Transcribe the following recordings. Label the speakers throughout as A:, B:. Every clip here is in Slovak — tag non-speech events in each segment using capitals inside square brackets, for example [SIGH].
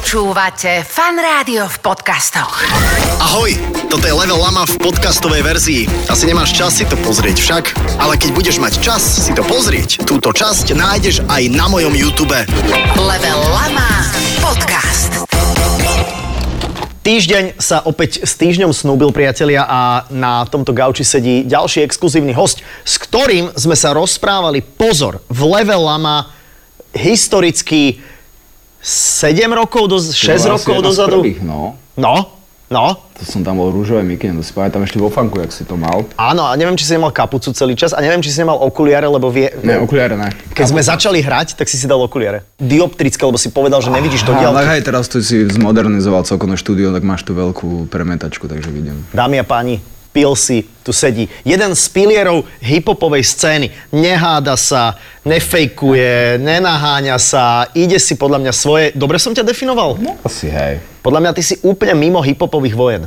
A: Počúvate Fan Rádio v podcastoch.
B: Ahoj, toto je Level Lama v podcastovej verzii. Asi nemáš čas si to pozrieť však, ale keď budeš mať čas si to pozrieť, túto časť nájdeš aj na mojom YouTube.
A: Level Lama Podcast.
B: Týždeň sa opäť s týždňom snúbil, priatelia, a na tomto gauči sedí ďalší exkluzívny host, s ktorým sme sa rozprávali, pozor, v Level Lama historicky 7 rokov, do, 6
C: bola
B: rokov
C: asi vlastne jedna z
B: dozadu.
C: prvých, no.
B: No, no,
C: To som tam bol rúžové mikine, to si pamätám ešte vo fanku, jak si to mal.
B: áno, a neviem, či si nemal kapucu celý čas a neviem, či si nemal okuliare, lebo vie...
C: Ne, okuliare ne.
B: Keď sme začali hrať, tak si si dal okuliare. Dioptrické, lebo si povedal, že nevidíš to
C: Aha, tak
B: diaľky.
C: aj teraz tu si zmodernizoval celkom štúdio, tak máš tú veľkú premetačku, takže vidím.
B: Dámy a páni, Pilsi tu sedí. Jeden z pilierov hiphopovej scény. Neháda sa, nefejkuje, nenaháňa sa, ide si podľa mňa svoje... Dobre som ťa definoval?
C: No asi hej.
B: Podľa mňa ty si úplne mimo hiphopových vojen.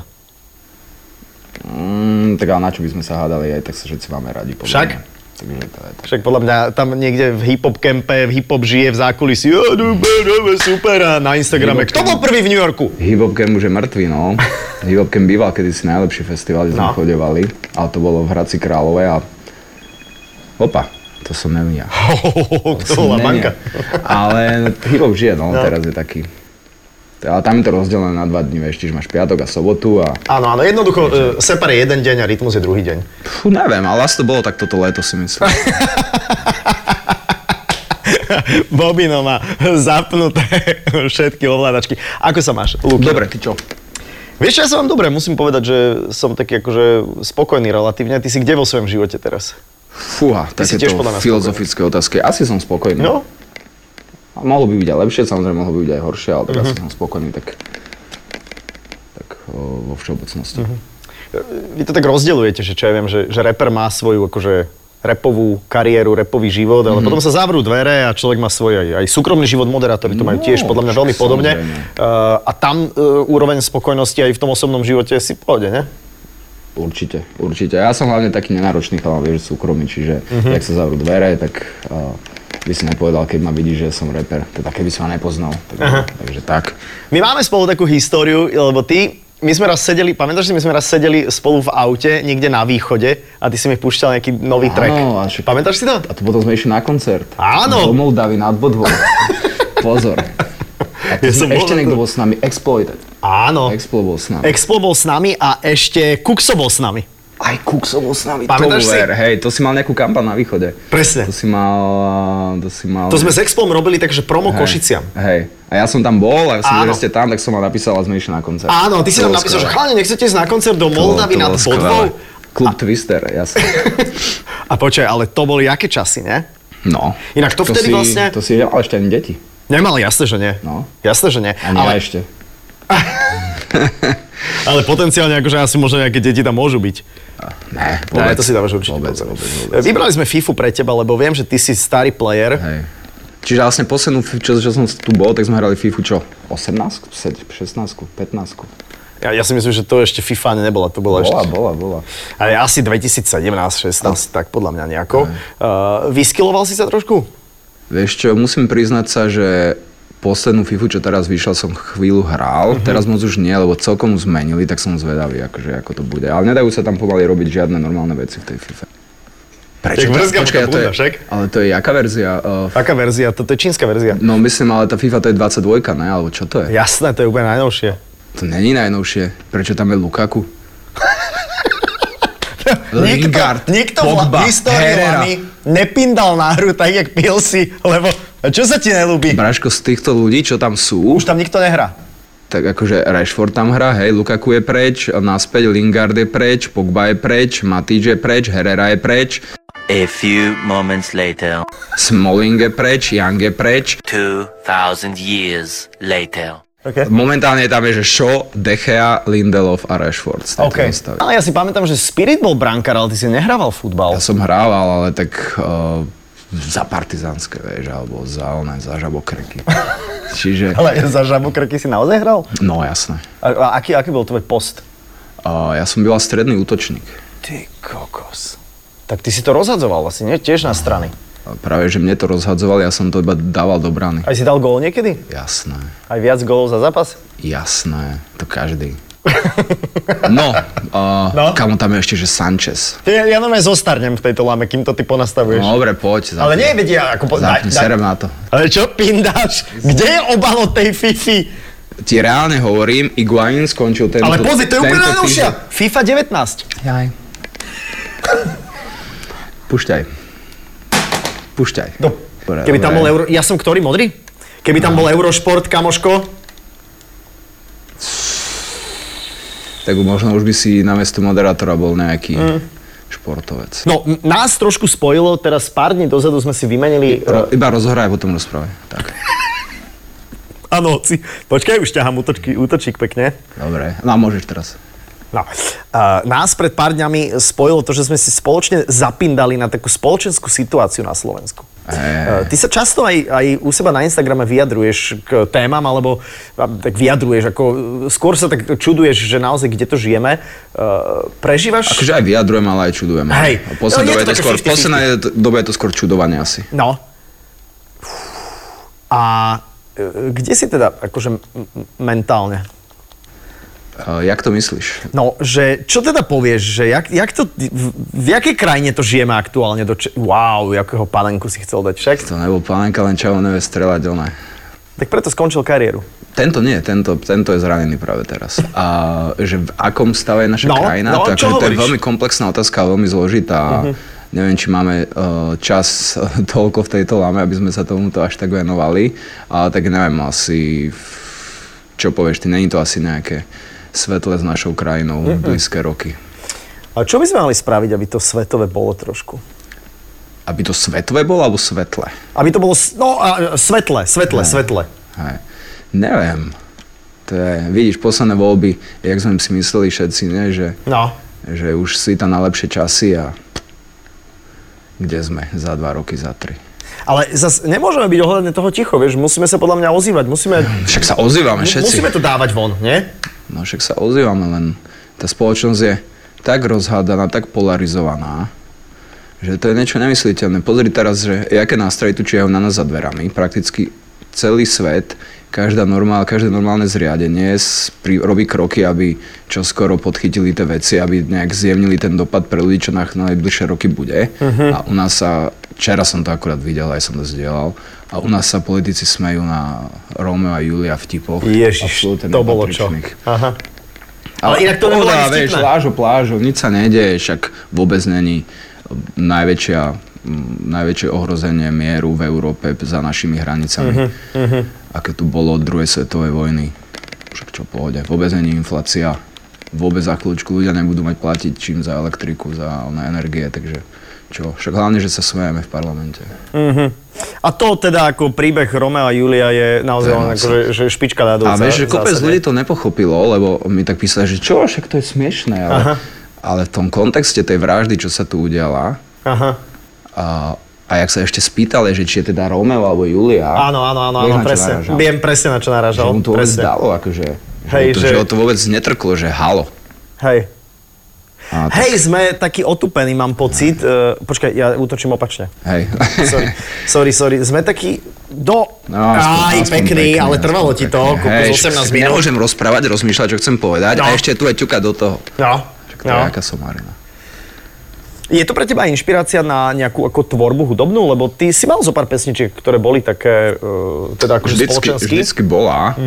C: Mm, tak ale na čo by sme sa hádali, aj tak sa všetci máme radi. podľa
B: Však?
C: mňa. Takže to je to.
B: Však podľa mňa tam niekde v hip-hop kempe, v hip-hop žije v zákulisí. "Ja, no, dobre, dobre, super, a na Instagrame. Kto bol prvý v New Yorku? [LAUGHS]
C: Hip-hop Camp už je mŕtvý, no. Hip-hop Camp býval kedysi najlepší festival, kde
B: No.
C: sme chodevali, ale to bolo v Hradci Králové a... Opa, to som neviem ja.
B: Kto bola
C: Ne,
B: banka?
C: nie. Ale hip-hop žije, no, teraz je taký. T- Ale tam je to rozdelené na dva dní, vieš, čiže máš piatok a sobotu a...
B: Áno, áno, jednoducho, e, separ je jeden deň a rytmus je druhý deň.
C: Fú, neviem, ale asi to bolo tak toto leto si myslím.
B: Bobino má zapnuté všetky ovládačky. Ako sa máš, Luky?
C: Dobre, ty čo?
B: Vieš, čo, ja som vám dobre, musím povedať, že som taký akože spokojný relatívne. Ty si kde vo svojom živote teraz?
C: Fúha,
B: si tiež
C: takéto
B: podľa mňa
C: filozofické otázky. Asi som spokojný.
B: No,
C: A mohlo by byť aj lepšie, samozrejme mohlo by byť aj horšie, ale tak asi
B: Mhm.
C: som spokojný, tak... Tak o, vo všeobecnosti.
B: Mhm. No, vy to tak rozdeľujete, že čo ja viem, že, že reper má svoju akože repovú kariéru, repový život,
C: Mhm.
B: ale potom sa zavrú dvere a človek má svoj aj, aj súkromný život, moderátori to majú
C: No,
B: tiež podľa mňa veľmi
C: však
B: podobne.
C: samozrejme.
B: Uh, a tam uh, úroveň spokojnosti aj v tom osobnom živote si v pohode, ne?
C: Určite, určite. Ja som hlavne taký nenáročný chalán, vieš, súkromný, čiže
B: Mhm.
C: jak sa zavrú dvere, tak uh, by si nepovedal, keď ma vidí, že som reper. Teda keby si ma nepoznal. Tak, takže tak.
B: My máme spolu takú históriu, lebo ty, my sme raz sedeli, pamätáš si, my sme raz sedeli spolu v aute niekde na východe a ty si mi púšťal nejaký nový track.
C: Áno, a však-
B: Pamätáš si to?
C: A to potom sme išli na koncert.
B: Áno.
C: Do Moldavy nad
B: [LAUGHS]
C: Bodvou. Pozor. A
B: Ja
C: tu
B: som
C: sme,
B: bol
C: ešte
B: na
C: niekto
B: to.
C: bol s nami, Exploited.
B: Áno.
C: Explo bol s nami.
B: Explo bol s nami a ešte Kuxo bol s nami.
C: Aj Kuxo bol s nami.
B: Pamätáš si?
C: to ver, Hej, to si mal nejakú kampaň na východe.
B: Presne.
C: To si mal... To si mal...
B: To sme s Explom robili takže promo
C: Hej,
B: Košiciam.
C: Hej. A ja som tam bol, a ja som
B: Áno.
C: videl, že ste tam, tak som vám napísal a sme išli na koncert.
B: Áno, ty si
C: To
B: nám
C: bolo
B: napísal, že
C: skvelé.
B: chalani, nechcete ísť na koncert do Moldavy
C: To
B: nad
C: bolo skvelé.
B: Bodvou?
C: Klub Twister, jasne.
B: A počkaj, ale to boli aké časy, ne?
C: No.
B: Inak to vtedy
C: si,
B: vlastne-
C: To si ale ešte ani deti.
B: Nemali, jasné, že nie.
C: No.
B: Jasné, že nie.
C: Ani
B: ale,
C: ja ešte.
B: ale potenciálne akože asi možno nejaké deti tam môžu byť.
C: Ne,
B: Ne, to si dávaš určite
C: Vôbec,
B: pozor.
C: vôbec, vôbec.
B: Vybrali sme FIFU pre teba, lebo viem, že ty si starý player.
C: Hej. Čiže vlastne poslednú, fi- čo, čo som tu bol, tak sme hrali FIFU čo? 18? 16? 15?
B: Ja, ja si myslím, že to ešte FIFA ani nebola, to bola,
C: Bola,
B: ešte...
C: bola, bola.
B: Ale asi 2017-16, tak podľa mňa nejako. Uh, vyskiloval si sa trošku?
C: Vieš čo, musím priznať sa, že poslednú FIFU, čo teraz vyšla, som chvíľu hral,
B: Mhm.
C: teraz moc už nie, lebo celkom zmenili, tak som zvedavý, akože ako to bude. Ale nedajú sa tam pomaly robiť žiadne normálne veci v tej FIFA.
B: Tak
C: to-
B: vrzga
C: počkaj,
B: boka
C: to je,
B: bunda, však?
C: ale to je jaká verzia? Uh,
B: Aká verzia? Toto je čínska verzia.
C: no myslím, ale tá FIFA to je 22, ne? Alebo čo to je?
B: Jasné, to je úplne najnovšie.
C: To není najnovšie. Prečo tam je
B: [LAUGHS]
C: Lukaku?
B: Nikto,
C: Lingard,
B: nikto v la-
C: Pogba,
B: histórii
C: Herrera.
B: Lani nepindal na hru tak, jak pil si, lebo a čo sa ti nelúbi?
C: Braško, z týchto ľudí, čo tam sú,
B: Už tam nikto nehrá.
C: tak akože Rashford tam hrá, hej, Lukaku je preč, naspäť Lingard je preč, Pogba je preč, Matič je preč, Herrera je preč,
D: A few moments later,
C: Smalling je preč, Young je preč.
D: 2000 years later.
B: Okay.
C: Momentálne tam je, že Shaw, De Gea, Lindelof a Rashford. z tejto
B: Okay.
C: zostavy.
B: Ale ja si pamätám, že Spirit bol brankár, ale ty si nehrával
C: Ja
B: futbal.
C: som hrával, ale tak uh, za partizánske, vieš, alebo za oné, za žabokreky. Čiže,
B: Ale za žabokrky si naozaj hral?
C: no jasné.
B: A, a aký, aký bol tvoj post?
C: Uh, ja som býval stredný útočník.
B: Ty kokos. Tak ty si to rozhadzoval asi, nie? Tiež na strany.
C: A práve, že mne to rozhadzoval, ja som to iba dával do brany.
B: Aj si dal gól niekedy?
C: Jasné,
B: Aj viac gólov za zápas?
C: jasné,
B: [LAUGHS]
C: to každý. No, uh,
B: No.
C: no? kamo tam je ešte, že Sanchez.
B: Ty, ja normálne zostarnem v tejto lame, kým to ty ponastavuješ.
C: No, dobre, poď.
B: Ale nie vedia, ako po... daj-
C: Zapni,
B: daj-
C: serem na to.
B: Ale čo pindáš? Kde je obal od tej Fifi?
C: Ti reálne hovorím, Iguain skončil tento...
B: Ale pozri, to je úplne
C: tento
B: najnovšia.
C: týždeň.
B: FIFA 19.
C: Jaj. Pušťaj. Pušťaj.
B: No,
C: Dobre,
B: keby tam bol
C: dobre.
B: euro...
C: No.
B: Ja som ktorý, modrý? Keby tam bol Eurošport, kamoško?
C: Tak možno už by si na mesto moderátora bol nejaký
B: Mm.
C: športovec.
B: No, m- nás trošku spojilo, teraz pár dní dozadu sme si vymenili...
C: Ro- iba rozhraj potom rozprávaj. Tak,
B: Áno, si... Počkaj, už ťahám útočky, útočík pekne.
C: dobre. No a môžeš teraz.
B: No. A nás pred pár dňami spojilo to, že sme si spoločne zapindali na takú spoločenskú situáciu na Slovensku. E,
C: Hej.
B: Ty sa často aj, aj u seba na Instagrame vyjadruješ k témam, alebo a, tak vyjadruješ, ako e, skôr sa tak čuduješ, že naozaj kde to žijeme. E, Prežívaš?
C: Akože aj vyjadrujem, ale aj čudujem.
B: Hej.
C: V poslednej
B: No, je to
C: dobe je to
B: také
C: skôr- v
B: 50-50.
C: poslednej d- dobe je to skôr čudovanie asi.
B: No. A e, kde si teda akože m- m- mentálne?
C: Uh, jak to myslíš?
B: No, že čo teda povieš, že jak, jak to, v, v jakej krajine to žijeme aktuálne? Do če- wow, jakého panenku si chcel dať však?
C: To nebol Panenka, len Čavo nevie strelať, ale...
B: Tak preto skončil kariéru.
C: Tento nie, tento, tento je zranený práve teraz. A že v akom stave je naša
B: No,
C: krajina,
B: no, čo
C: to, akože to je
B: hovoríš? Mhm.
C: veľmi komplexná otázka, veľmi zložitá. Neviem, či máme eh, čas e, toľko v tejto lame, aby sme sa tomuto až tak venovali, ale tak neviem, asi, čo povieš ty, není to asi nejaké svetle s našou krajinou
B: Mhm.
C: blízke roky.
B: A čo by sme mali spraviť, aby to svetové bolo trošku?
C: Aby to svetové bolo, alebo svetle?
B: Aby to bolo, s- no, a, e, svetle, svetle, svetle.
C: Hej. Neviem. To je, vidíš, posledné voľby, jak sme si mysleli všetci, ne, že,
B: No.
C: že už si tam na lepšie časy a kde sme za dva roky, za tri.
B: Ale zas nemôžeme byť ohľadne toho ticho, vieš, musíme sa podľa mňa ozývať, musíme,
C: Však sa ozývame
B: mu-
C: všetci.
B: musíme to dávať von, nie?
C: No však sa ozývame, len tá spoločnosť je tak rozhádaná, tak polarizovaná, že to je niečo nemysliteľné. Pozri teraz, že aké nástroje tu čiajú na nás za dverami. Prakticky celý svet, každá normál, každé normálne zriadenie s- pri, robí kroky, aby čo skoro podchytili tie veci, aby nejak zjemnili ten dopad pre ľudí, čo na na najbližšie roky bude.
B: Mhm.
C: A u nás sa, včera som to akurát videl, aj som to zdieľal, a u nás sa politici smejú na Romeo a Julia vtipoch.
B: Ježiš,
C: Absolútne
B: to bolo čo.
C: nepatričných.
B: Aha. Ale inak to nebolo
C: Pohoda,
B: ani
C: vieš,
B: vtipné.
C: lážo, plážo, nič sa nedeje, však vôbec není najväčšia, mm, najväčšie ohrozenie mieru v Európe za našimi
B: Mhm,
C: hranicami, aké tu bolo od druhej svetovej vojny. Však čo pohode, vôbec není inflácia, vôbec za chvíľočku ľudia nebudú mať platiť čím za elektriku, za na energie, takže čo, však hlavne, že sa smejeme v parlamente.
B: A to teda ako príbeh Romea a Julia je naozaj
C: To je
B: len
C: moc.
B: akože, že špička ľadovca.
C: A vieš, že
B: v
C: kopec
B: zásade.
C: ľudí to nepochopilo, lebo mi tak písali, že čo, však to je smiešné, ale, ale v tom kontexte tej vraždy, čo sa tu udiala,
B: Aha.
C: a, a jak sa ešte spýtali, že či je teda Romeo alebo Julia.
B: Áno, áno, áno, áno
C: vieš, na čo
B: presne.
C: narážam?
B: Viem presne, na čo
C: Že
B: narážal.
C: mu to vôbec
B: presne.
C: dalo, akože.
B: Hej,
C: že, mu to,
B: že-
C: že... ho to vôbec netrklo, že halo.
B: Hej.
C: A, tak,
B: Hej, sme takí otupení, mám pocit. Uh, počkaj, ja útočím opačne.
C: hej.
B: Sorry, sorry, sorry. Sme takí do...
C: [LAUGHS] No, aspoň-
B: Aj,
C: aspoň
B: pekný, ale
C: aspoň
B: trvalo ti to,
C: pekný.
B: kúkos,
C: Hej,
B: 18
C: však
B: minút.
C: Nemôžem rozprávať, rozmýšľať, čo chcem povedať
B: No.
C: a ešte tu je ťuka do toho.
B: No,
C: Však to
B: no.
C: je aká somarina.
B: Je to pre teba inšpirácia na nejakú ako tvorbu hudobnú? Lebo ty si mal zo pár pesničiek, ktoré boli také, uh, teda akože Mhm.
C: vždycky,
B: spoločensky.
C: vždycky bola.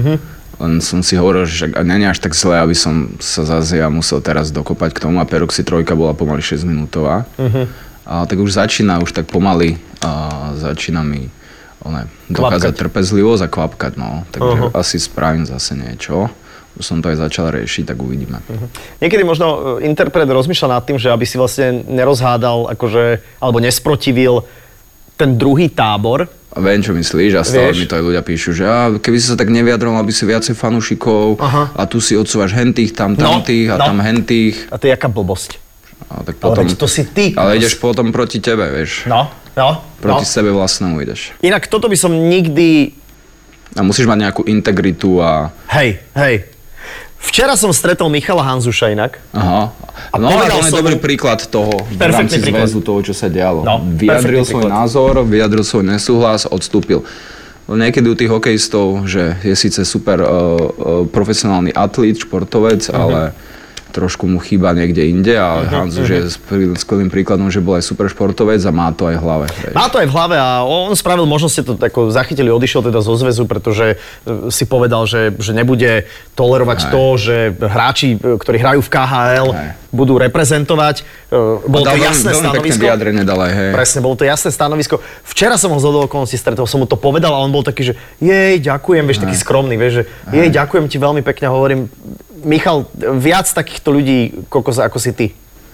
C: Len som si hovoril, že však není až tak zle, aby som sa zase ja musel teraz dokopať k tomu a Peroxy trojka bola pomaly 6 minútová.
B: Mhm.
C: A, tak už začína, už tak pomaly a, začína mi one, docházať trpezlivosť a kvapkať. No. Takže asi spravím zase niečo. Už som to aj začal riešiť, tak uvidíme.
B: Mhm. Niekedy možno e, interpret rozmýšľa nad tým, že aby si vlastne nerozhádal, akože, alebo nesprotivil ten druhý tábor.
C: A Viem, čo myslíš, a stále
B: Vieš?
C: mi to aj ľudia píšu, že a, keby si sa tak nevyjadroval, aby si viacej fanúšikov
B: Aha.
C: a tu si odsúvaš hentých, tam tamtých a
B: no.
C: tam hentých.
B: A to je jaká blbosť.
C: A
B: Ale
C: tak potom,
B: veď to si ty,
C: Ale
B: kokos.
C: ideš potom proti tebe, vieš.
B: No, no,
C: Proti
B: no.
C: sebe vlastnému ideš.
B: Inak toto by som nikdy...
C: A musíš mať nejakú integritu a...
B: Hej, hej. Včera som stretol Michala Hanzuša inak.
C: Aha.
B: A
C: No ale
B: povedal
C: on je
B: som
C: dobrý
B: mu-
C: príklad toho v
B: Perfektný
C: rámci
B: príklad.
C: zväzu toho, čo sa dialo.
B: No,
C: vyjadril
B: perfektný
C: svoj
B: príklad.
C: názor, vyjadril svoj nesúhlas, odstúpil. Niekedy u tých hokejistov, že je síce super uh, uh, profesionálny atlét, športovec,
B: Mhm.
C: ale trošku mu chýba niekde inde
B: mhm.
C: a Hanzu, že je skvelým- skvelým príkladom, že bol aj super športovec a má to aj v hlave. hej.
B: Má to aj v hlave a on spravil, možno ste to tako zachytili, odišiel teda zo zväzu, pretože e, si povedal, že, že nebude tolerovať to, že hráči, e, ktorí hrajú v KHL,
C: Hej.
B: budú reprezentovať. E, Bolo to
C: Dal veľmi-
B: jasné
C: veľmi pekné
B: stanovisko.
C: vyjadrenie dal aj, hej.
B: Presne, bolo to jasné stanovisko. Včera som ho z okolností stretol, som mu to povedal a on bol taký, že jej, ďakujem, vieš, taký skromný, vieš, že jej, ďakujem ti veľmi pekne, a hovorím, Michal, viac takýchto ľudí, kokos, ako si ty.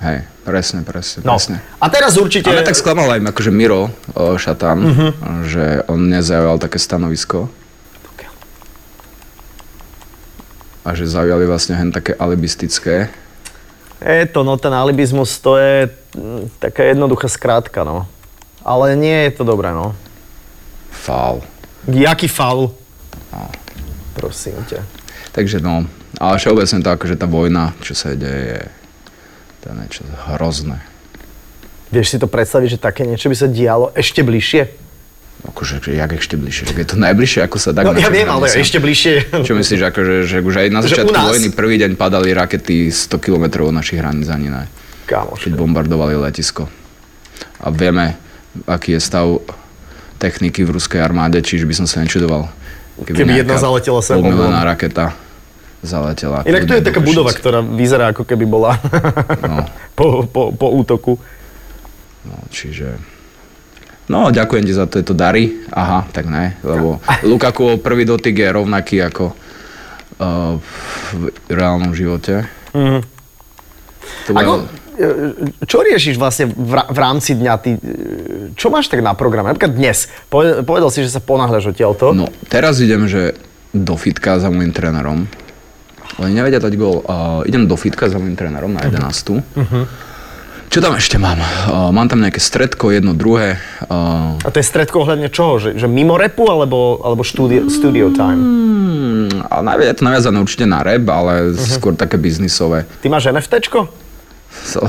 C: Hej, presne, presne,
B: No.
C: presne.
B: A teraz určite...
C: Ale tak sklamal aj akože Miro o, Šatan,
B: Mhm.
C: že on nezaujal také stanovisko. A že zaujali vlastne hen také alibistické.
B: Je to, no ten alibizmus, to je mm, taká jednoduchá skrátka, no. Ale nie je to dobré, no.
C: Fál.
B: Jaký faul? Prosím ťa.
C: Takže no, ale všeobecne to akože tá vojna, čo sa deje, je to je niečo hrozné.
B: Vieš si to predstaviť, že také niečo by sa dialo ešte bližšie?
C: Akože, že jak ešte bližšie, že je to najbližšie, ako sa dá.
B: No
C: k
B: ja
C: našim
B: viem, ale
C: hraniciam.
B: ešte bližšie.
C: Čo myslíš, akože, že už aj na
B: Že u
C: začiatku
B: nás?
C: vojny prvý deň padali rakety 100 km od našich hraníc ani ne.
B: Kamoš.
C: keď bombardovali letisko. A vieme, aký je stav techniky v ruskej armáde, čiže by som sa nečudoval.
B: Keby
C: nejaká
B: jedna zaletela sem
C: Pomelená
B: oblom.
C: raketa zaletela.
B: Inak tu je
C: kľudne do
B: taká
C: Košic.
B: budova, ktorá vyzerá ako keby bola
C: No,
B: [LAUGHS] po, po, po útoku.
C: no, čiže... No, ďakujem ti za tieto dary. Aha, tak ne,
B: [LAUGHS]
C: lebo Lukakuov prvý dotyk je rovnaký ako uh, v reálnom živote. To bude-
B: Mhm. Ako, e, čo riešiš vlastne v, ra- v rámci dňa? Ty, e, čo máš tak na programe? Napríklad dnes. Povedal, povedal si, že sa ponáhľaš odtiaľto.
C: No, teraz idem, že do fitka za môjim trénerom. Oni nevedia dať gól. Uh, idem do fitka za môjim
B: Mhm.
C: trénerom na 11. Čo tam ešte mám? Uh, mám tam nejaké stredko, jedno, druhé. Uh,
B: A to je stredko ohľadne čoho? Že, že mimo repu alebo, alebo studio, studio time?
C: mm, a najvi- je to naviazané určite na rap, ale
B: Mhm.
C: skôr také biznisové.
B: Ty máš NFTčko?
C: So,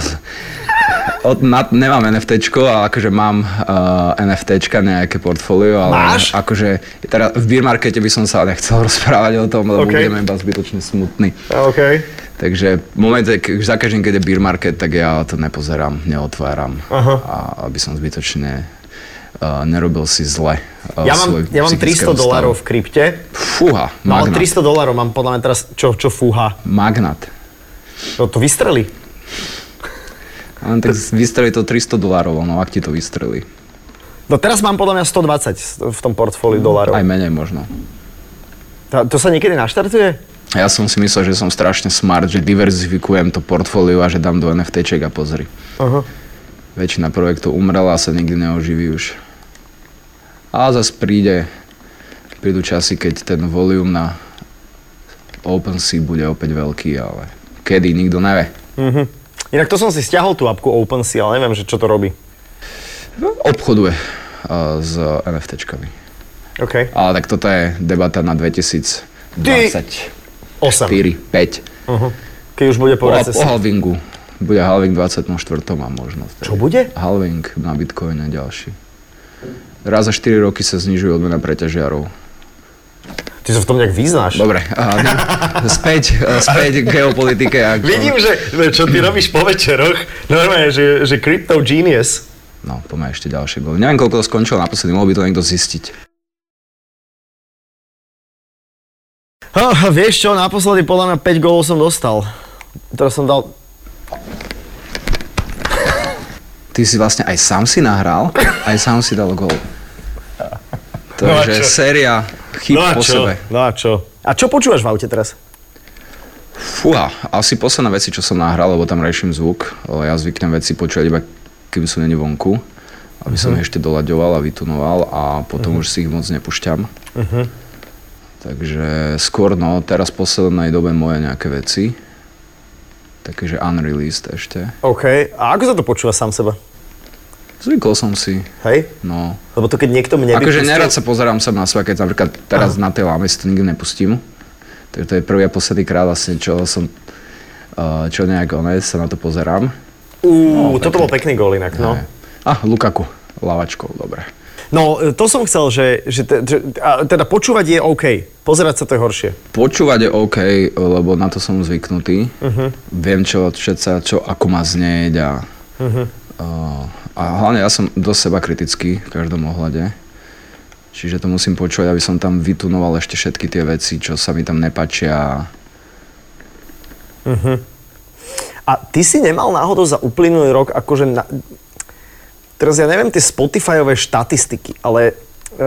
C: od, na, nemám NFT, ale akože mám uh, NFT nejaké portfólio, ale
B: Máš?
C: akože teraz v beer markete by som sa nechcel [LAUGHS] rozprávať o tom, lebo
B: OK.
C: budeme iba zbytočne smutný.
B: OK. za
C: Takže moment, ke- za každým, keď je beer market, tak ja to nepozerám, neotváram.
B: Aha.
C: A aby som zbytočne uh, nerobil si zle. Uh,
B: Ja mám,
C: svoj
B: ja mám 300
C: psychického stavu.
B: dolárov v krypte.
C: Fúha,
B: No ale
C: magnat.
B: 300 dolárov mám podľa mňa teraz, čo, čo fúha.
C: Magnat.
B: No to vystreli.
C: Len tak vystrelí to 300 dolárov, no ak ti to vystrelí.
B: No teraz mám podľa mňa 120 v tom portfóliu dolárov.
C: Aj menej možno.
B: Ta- To sa niekedy naštartuje?
C: A Ja som si myslel, že som strašne smart, že diverzifikujem to portfólio a že dám do NFTček a pozri.
B: Aha.
C: Väčšina projektov umrela a sa nikdy neoživí už. A zase príde, prídu časy, keď ten volume na OpenSea bude opäť veľký, ale kedy, nikto nevie.
B: Inak to som si stiahol tú apku OpenSea, ale neviem, že čo to robí.
C: No, Obchoduje uh, s NFTčkami.
B: OK.
C: Ale tak toto je debata na
B: 8.
C: 2024, 5.
B: Uh-huh. Keď už bude
C: Po,
B: po recesi.
C: po halvingu. Bude halving 24. a možno vtedy.
B: Čo bude?
C: Halving na Bitcoine a ďalší. Raz za 4 roky sa znižuje odmena pre ťažiarov.
B: Ty sa v tom nejak vyznáš.
C: Dobre, a, [LAUGHS] ne, späť, a späť k geopolitike. A,
B: Vidím, že čo ty robíš po večeroch, normálne, že, že Crypto Genius.
C: No, poďme ešte ďalšie góly. Neviem, koľko to skončilo naposledy, mohol by to niekto zistiť.
B: Ha, vieš čo, naposledy podľa mňa 5 gólov som dostal. Teraz som dal...
C: Ty si vlastne aj sám si nahral, aj sám si dal gól.
B: No a
C: Takže
B: čo?
C: séria chýb po sebe.
B: No a čo? A čo počúvaš v aute teraz?
C: Fúha, asi posledné veci, čo som nahral, lebo tam riešim zvuk. ale Ja zvyknem veci počúvať iba, kým sú není vonku. Aby som ich ešte dolaďoval a vytunoval a potom už si ich moc nepúšťam. Takže skôr no, teraz v poslednej dobe moje nejaké veci. Takže unreleased ešte.
B: OK. A ako sa to počúva sám seba?
C: Zvykol som si,
B: Hej?
C: no.
B: Lebo to keď niekto mne
C: Akože nerad sa pozerám sa na seba, keď napríklad teraz na tej láme si to nikdy nepustím. Takže to je prvý a posledný krát vlastne, čo som eh, čo nejak oné, sa na to pozerám.
B: Uú, toto bol pekný gól inak, no.
C: Hej. A Ah, Lukaku, lavačkou, dobre.
B: No, e, to som chcel, že, že, te, že a teda počúvať je OK, pozerať sa to je horšie.
C: Počúvať je OK, lebo na to som zvyknutý. Uh-huh. Viem, čo všetca, čo ako má znieť a, uh-huh. a hlavne ja som dosť seba kritický v každom ohľade. Čiže to musím počúvať, aby som tam vytunoval ešte všetky tie veci, čo sa mi tam nepačia.
B: A ty si nemal náhodou za uplynulý rok akože... Na... Teraz ja neviem tie Spotifyové štatistiky, ale e,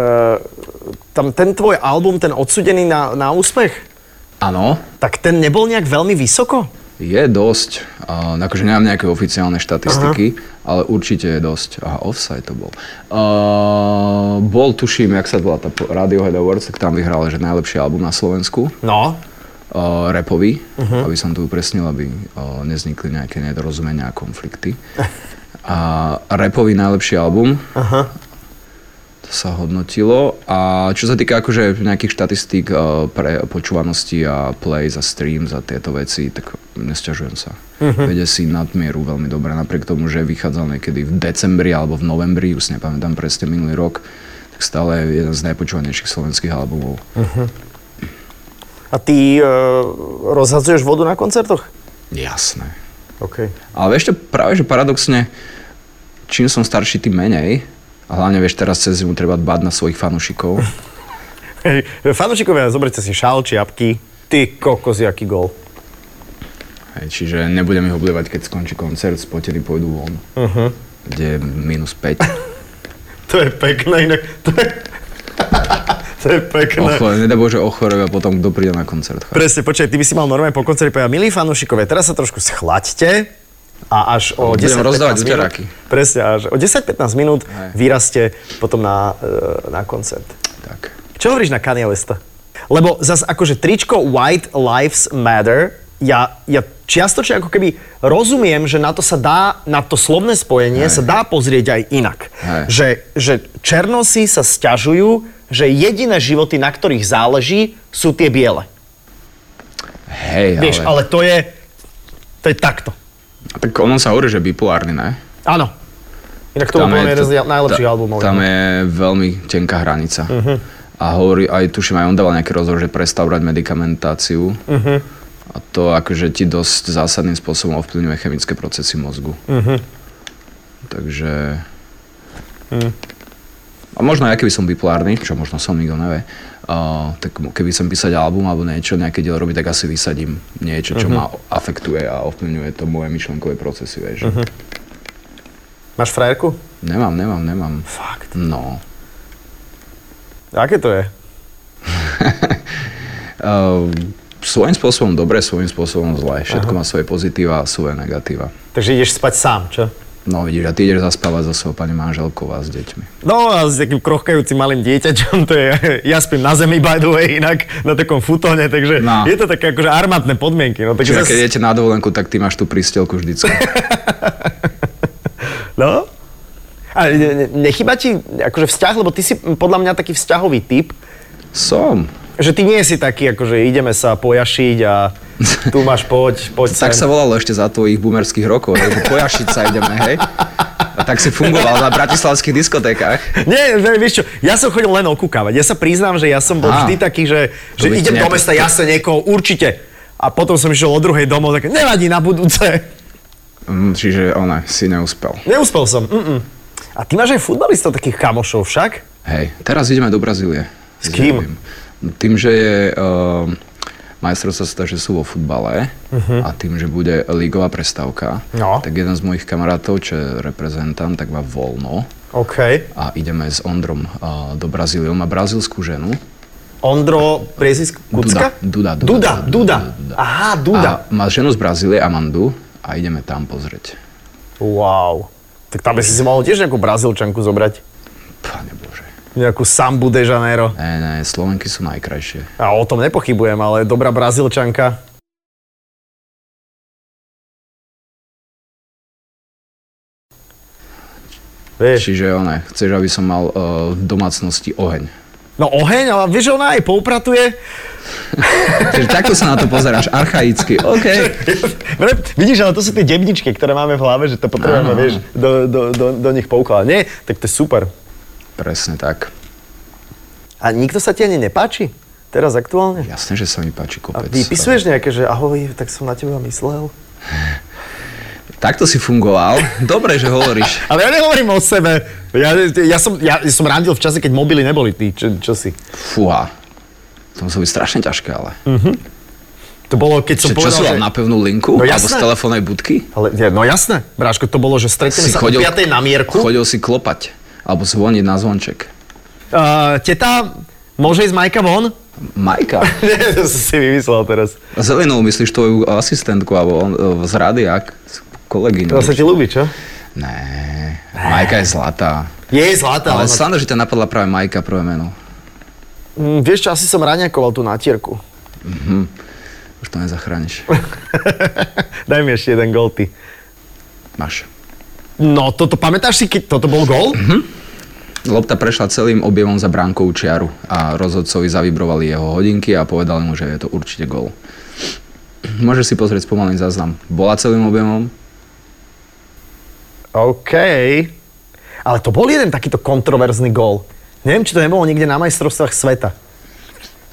B: tam ten tvoj album, ten odsudený na, na úspech,
C: Áno,
B: tak ten nebol nejak veľmi vysoko?
C: je dosť, uh, akože nemám nejaké oficiálne štatistiky, Aha. ale určite je dosť. Aha, offside to bol. Uh, bol, tuším, jak sa volá tá po- Radiohead Awards, tak tam vyhrala, že najlepší album na Slovensku.
B: No.
C: uh, repový, uh-huh. aby som to upresnil, aby uh, neznikli nejaké nedorozumenia a konflikty. A repový najlepší album, uh-huh. to sa hodnotilo. A čo sa týka akože nejakých štatistík uh, pre počúvanosti a plays a streams a tieto veci, tak nesťažujem sa. Uh-huh. Vede si nadmieru veľmi dobre, napriek tomu, že vychádzal niekedy v decembri alebo v novembri, už si nepamätám presne minulý rok, tak stále je jeden z najpočúvanejších slovenských albumov.
B: A ty e, rozhadzuješ vodu na koncertoch?
C: Jasné.
B: OK.
C: Ale vieš to práve, že paradoxne, čím som starší, tým menej. A hlavne, vieš, teraz cez zimu treba dbať na svojich [LAUGHS] fanúšikov.
B: Hej, fanúšikovia, zoberte si šal, čiapky. Ty kokos, jaký gol.
C: Hej, čiže nebudem ich oblievať, keď skončí koncert, spotení pôjdu von. Uh-huh. Kde je minus [LAUGHS] 5.
B: To je pekné, inak. To je, [LAUGHS] to je pekné.
C: Ochore, nedá Bože ochorov a potom kto príde na koncert. chápeš?
B: Presne, počkaj, ty by si mal normálne po koncerte povedať, milí fanúšikovia, teraz sa trošku schlaďte a až o
C: Budem
B: 10-15
C: rozdávať
B: minút-
C: uteráky.
B: Presne, až o 10-15 minút
C: Hej.
B: vyraste potom na, e, na koncert.
C: Tak.
B: Čo hovoríš na Kanye Westa? Lebo zas akože tričko White Lives Matter, ja, ja čiastočne ako keby rozumiem, že na to sa dá, na to slovné spojenie sa dá pozrieť aj inak.
C: Hej.
B: Že, že černosy sa sťažujú, že jediné životy, na ktorých záleží, sú tie biele.
C: Hej,
B: Vieš,
C: ale...
B: ale to je, to je takto.
C: Tak ono sa hovorí, že bipolárny, ne?
B: Áno. Inak to bol
C: Tam
B: podľa
C: je
B: mňa jeden z
C: to-
B: najlepších
C: ta-
B: albumov. Mhm.
C: Tam je veľmi tenká hranica. Uh-huh. A hovorí, aj tuším, aj on dával nejaký rozhovor, že prestal brať medikamentáciu.
B: Mhm.
C: Uh-huh. A to akože ti dosť zásadným spôsobom ovplyvňuje chemické procesy mozgu.
B: Mhm.
C: Uh-huh. Takže...
B: Mhm.
C: A možno ja keby som bipolárny, čo možno som, nikto nevie, uh, tak mu- keby som písať album alebo niečo, nejaké dielo robiť, tak asi vysadím niečo,
B: Mhm.
C: čo ma afektuje a ovplyvňuje to moje myšlenkové procesy, vieš.
B: Mhm.
C: Uh-huh.
B: Máš frajerku?
C: Nemám, nemám, nemám.
B: Fakt.
C: No.
B: Aké to je?
C: Uh, svojím spôsobom dobre, svojím spôsobom zle. Všetko má svoje pozitíva a svoje negatíva.
B: Takže ideš spať sám, čo?
C: No vidíš, a ty ideš zaspávať so svojou pani manželkou a s deťmi.
B: No a s takým krochkajúcim malým dieťaťom, to je, ja spím na zemi by the way, inak na takom futóne, takže no.
C: No.
B: je to také akože armátne podmienky. No, takže
C: Čiže
B: zas-
C: keď idete na dovolenku, tak ty máš tú
B: [LAUGHS]
C: prístelku vždycky.
B: No? A ne- ne- nechýba ti akože vzťah, lebo ty si podľa mňa taký vzťahový typ,
C: Som.
B: že ty nie si taký, akože ideme sa pojašiť a
C: [LAUGHS]
B: tu máš poď, poď
C: Tak sa
B: sem.
C: volalo ešte za tvojich boomerských rokov, hej, že pojašiť sa ideme, hej. A tak si fungoval na bratislavských diskotékach.
B: Nie, ne, vieš čo, ja som chodil len okúkavať. Ja sa priznám, že ja som bol
C: Á.
B: vždy taký, že, že
C: by ste
B: idem do
C: nejak-
B: mesta, ja sa niekoho určite. A potom som išiel o druhej domov, tak nevadí na budúce.
C: Mm, Čiže ona, si neúspel.
B: Neúspel som. Mm-mm. A ty máš aj futbalistov takých kamošov však?
C: Hej, teraz ideme do Brazílie.
B: S kým?
C: Zjavím. Tým, že je uh, majstrovstvá sveta, že sú vo futbale uh-huh. a tým, že bude ligová prestávka,
B: Mhm. No.
C: tak jeden z mojich kamarátov, čo je reprezentant, tak má voľno
B: OK.
C: a ideme s Ondrom uh, do Brazílie. On má brazílskú ženu.
B: Ondro, priezisk Kucka?
C: Duda, Duda, Duda,
B: Duda,
C: Duda,
B: Duda.
C: Duda.
B: Aha, Duda.
C: A má ženu z Brazílie, Amandu, a ideme tam pozrieť.
B: Wow. Tak tam by si si mohol tiež nejakú brazilčanku zobrať.
C: Pane Bože.
B: Nejakú Sambu de Janeiro.
C: Ne, ne, Slovenky sú najkrajšie.
B: A o tom nepochybujem, ale dobrá brazilčanka. Vieš,
C: Čiže one, chceš, aby som mal uh, v domácnosti oheň.
B: no oheň, ale vieš, že ona aj poupratuje.
C: Čiže takto sa na to pozeráš, archaicky. OK.
B: Dobre, Vidíš, ale to sú tie debničky, ktoré máme v hlave, že to potrebujeme,
C: Áno.
B: vieš, do, do, do, do nich poukladať. Nie, tak to je super.
C: Presne tak.
E: A nikto sa ti ani nepáči? Teraz aktuálne?
C: Jasné, že sa mi páči
E: A
C: kopec.
E: vypisuješ nejaké, že ahoj, tak som na teba myslel?
C: Takto si fungoval. Dobre, že hovoríš.
B: Ale ja nehovorím o sebe. Ja, ja, som, ja, ja som randil v čase, keď mobily neboli ty, čo, čo si.
C: Fúha. To muselo byť strašne ťažké, ale.
B: To bolo, keď Mm. som
C: Čo, čo
B: povedal,
C: si dal
B: že...
C: na pevnú linku?
B: No
C: Alebo z
B: jasné.
C: telefónnej budky?
B: Ale, ja, no jasné, Bráško, to bolo, že stretneme sa chodil... o 5. na mierku. Chodil...
C: chodil si klopať. Alebo zvoniť na zvonček.
B: Uh, teta, môže ísť Majka von?
C: Majka,
B: [LAUGHS] Nie, to som si vymyslel teraz.
C: zelenou myslíš tvoju asistentku alebo on, e, z rady, ak kolegyňu.
E: To sa ti ľúbi, čo?
C: Né, Majka je zlatá.
B: Je zlatá,
C: Ale
B: ale
C: slavno, že ťa napadla práve Majka prvé meno.
E: Mm, vieš čo, asi som raňakoval tú natierku.
C: Už to nezachrániš.
B: [LAUGHS] Daj mi ešte jeden gol, ty.
C: Máš.
B: No, toto pamätáš si, keď toto bol gol?
C: Mhm. Lopta prešla celým objemom za bránkovú čiaru a rozhodcovi zavibrovali jeho hodinky a povedali mu, že je to určite gól. Môžeš si pozrieť spomalený záznam. Bola celým objemom?
E: OK.
B: Ale to bol jeden takýto kontroverzný gól. Neviem, či to nebolo niekde na majstrovstvách sveta.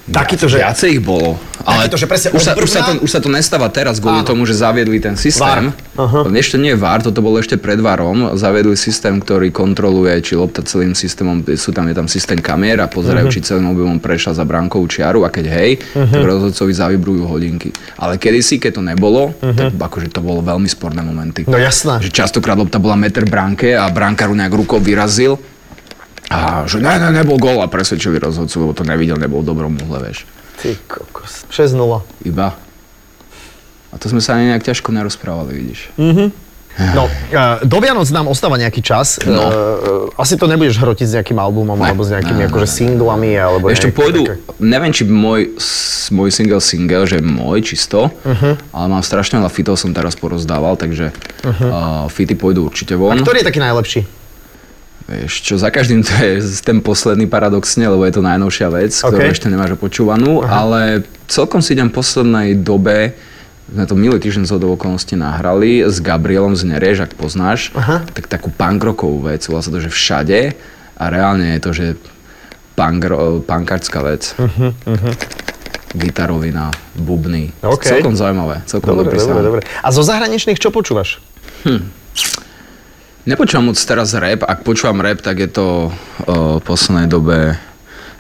B: Takýto, že...
C: Viacej ich bolo. Ale
B: Takýto, že presne
C: už, sa,
B: odbrvná?
C: už, sa to, už sa to nestáva teraz kvôli tomu, že zaviedli ten systém. Aha. Ešte nie VAR, toto bolo ešte pred VARom. Zaviedli systém, ktorý kontroluje, či lopta celým systémom, sú tam, je tam systém kamier a pozerajú,
B: Mhm.
C: či celým objemom prešla za bránkovú čiaru a keď hej, tak rozhodcovi zavibrujú hodinky. Ale kedysi, keď to nebolo, tak akože to bolo veľmi sporné momenty.
B: Mhm. No jasná.
C: Že častokrát lopta bola meter bránke a bránkaru nejak rukou vyrazil a že ne, ne, nebol gól a presvedčili rozhodcu, lebo to nevidel, nebol v dobrom uhle, vieš.
E: Ty kokos. 6-0.
C: Iba. A to sme sa ani nejak ťažko nerozprávali, vidíš.
B: No, eh, do Vianoc nám ostáva nejaký čas. Eh,
C: No.
B: eh, Asi to nebudeš hrotiť s nejakým albumom,
C: Ne.
B: alebo s nejakými
C: Ne, ne,
B: akože
C: ne.
B: singlami, alebo...
C: Ešte
B: nejaké
C: pôjdu,
B: také.
C: neviem, či môj, s- môj single single, že môj čisto, ale mám strašne veľa fitov, som teraz porozdával, takže uh, fity pôjdu určite von.
B: Ktorý je taký najlepší?
C: Vieš čo, za každým to je ten posledný paradoxne, lebo je to najnovšia vec, ktorú
B: OK.
C: ešte nemáš počúvanú, ale celkom si idem v poslednej dobe, sme to minulý týždeň z okolností nahrali s Gabrielom z Nerež, ak poznáš, tak takú pankrokovú vec, volá sa to, že všade a reálne je to, že pankro, pankárska vec.
B: Mhm,
C: Gitarovina, bubny.
B: OK.
C: Celkom zaujímavé, celkom
B: Dobre,
C: dobrý
B: dobre,
C: sound.
B: dobre. A zo zahraničných čo počúvaš?
C: Nepočúvam moc teraz rap. Ak počúvam rap, tak je to o, v poslednej dobe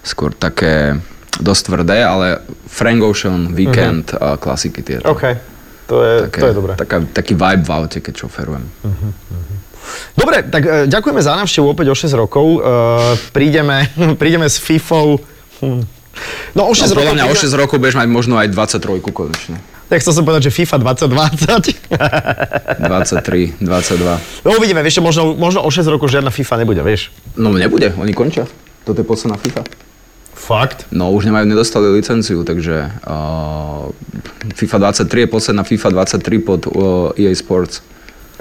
C: skôr také dosť tvrdé, ale Frank Ocean, Weekend, a klasiky tieto.
E: Mhm. OK. To je,
C: Také,
E: to
B: eh,
E: je dobré. Mhm.
C: Taká, taký vibe v aute, keď šoferujem.
B: Dobre, tak eh, ďakujeme za návštevu opäť o 6 rokov. Eh, Prídeme, [LAUGHS] prídeme s FIFou. Hm. No o 6 rokov...
C: No, podľa mňa o
B: prídeme-
C: 6 rokov budeš mať možno aj 23 konečne.
B: Tak chcel som povedať, že FIFA 2020.
C: 23, 22.
B: [LAUGHS] No uvidíme, vieš, čo, možno, možno o 6 rokov žiadna FIFA nebude, vieš.
C: No nebude, oni končia. Toto je posledná FIFA.
B: Fakt?
C: No už nemajú, nedostali licenciu, takže uh, FIFA 23 je posledná FIFA 23 pod uh, EA Sports.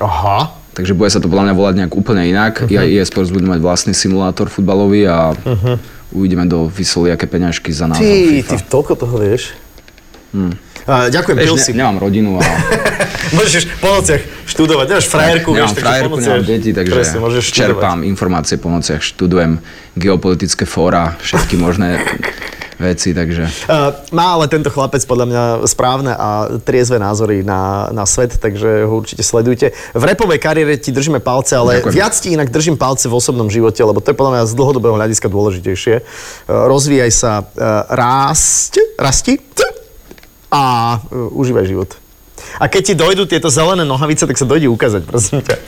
B: Aha.
C: Takže bude sa to podľa mňa volať nejak úplne
E: Mhm.
C: inak. Uh-huh. Ja EA Sports budú mať vlastný simulátor futbalový a uh-huh. uvidíme do vysoli, aké peňažky za nás.
E: Ty, ty toľko toho vieš.
B: Eh, Ďakujem, pil si.
C: Vieš, ne, nemám rodinu a
E: Môžeš po nociach študovať, nemáš frajerku, vieš,
C: nemám
E: takže
C: frajerku,
E: po
C: nemám
E: nociach-
C: deti, takže
E: presne, môžeš študovať.
C: čerpám informácie po nociach, študujem geopolitické fóra, všetky možné veci, takže...
E: Uh, má ale tento chlapec podľa mňa správne a triezve názory na, na svet, takže ho určite sledujte. V repovej kariére ti držíme palce, ale Ďakujem.
C: Ďakujem.
E: viac ti inak držím palce v osobnom živote, lebo to je podľa mňa z dlhodobého hľadiska dôležitejšie. Uh, rozvíjaj sa, uh, rásť, rasti a uh, užívaj život. A keď ti dojdú tieto zelené nohavice, tak sa dojdi ukázať, prosím ťa.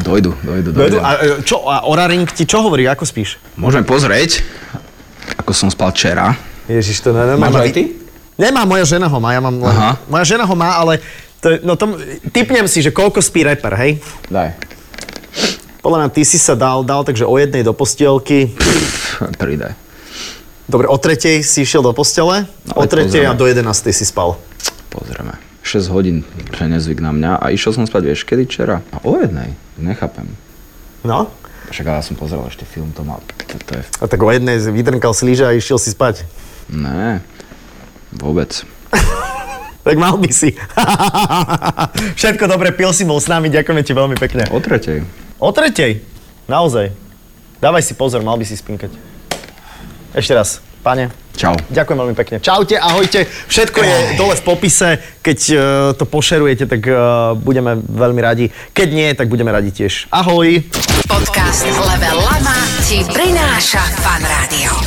C: Dojdu, dojdu,
E: Dojdú,
C: dojdu.
E: a, e, čo, a Oraring ti čo hovorí, ako spíš?
C: Môžeme pozrieť, ako som spal včera.
E: Ježiš, to ne,
C: Máš aj ty?
E: Nemá, moja žena ho má, ja mám len...
C: Aha.
E: Moja žena ho má, ale to, je- no tom, typnem si, že koľko spí reper, hej?
C: Daj.
E: Podľa mňa ty si sa dal, dal takže o jednej do postielky.
C: Pridaj.
E: Dobre, o tretej si išiel do postele,
C: No,
E: o
C: ale
E: tretej a
C: pozrieme.
E: do jedenastej si spal.
C: Pozrieme. 6 hodín, čo je nezvyk na mňa. A išiel som spať, vieš, kedy včera? A o jednej. Nechápem.
E: No?
C: Však ale ja som pozrel ešte film, to mal... To, to je...
E: A tak o jednej si vydrnkal slíže a išiel si spať.
C: Né. Vôbec.
B: Tak mal by
E: [LAUGHS]
B: si. Všetko dobre, pil si, bol s nami, ďakujeme ti veľmi pekne.
C: O tretej.
B: O tretej, naozaj. Dávaj si pozor, mal by si spinkať. Ešte raz, pane,
C: Čau.
B: Ďakujem veľmi pekne. Čaute, ahojte. Všetko je dole v popise. Keď e, to pošerujete, tak e, budeme veľmi radi. Keď nie, tak budeme radi tiež. Ahoj.
A: Podcast Level Lama ti prináša Fan Rádio.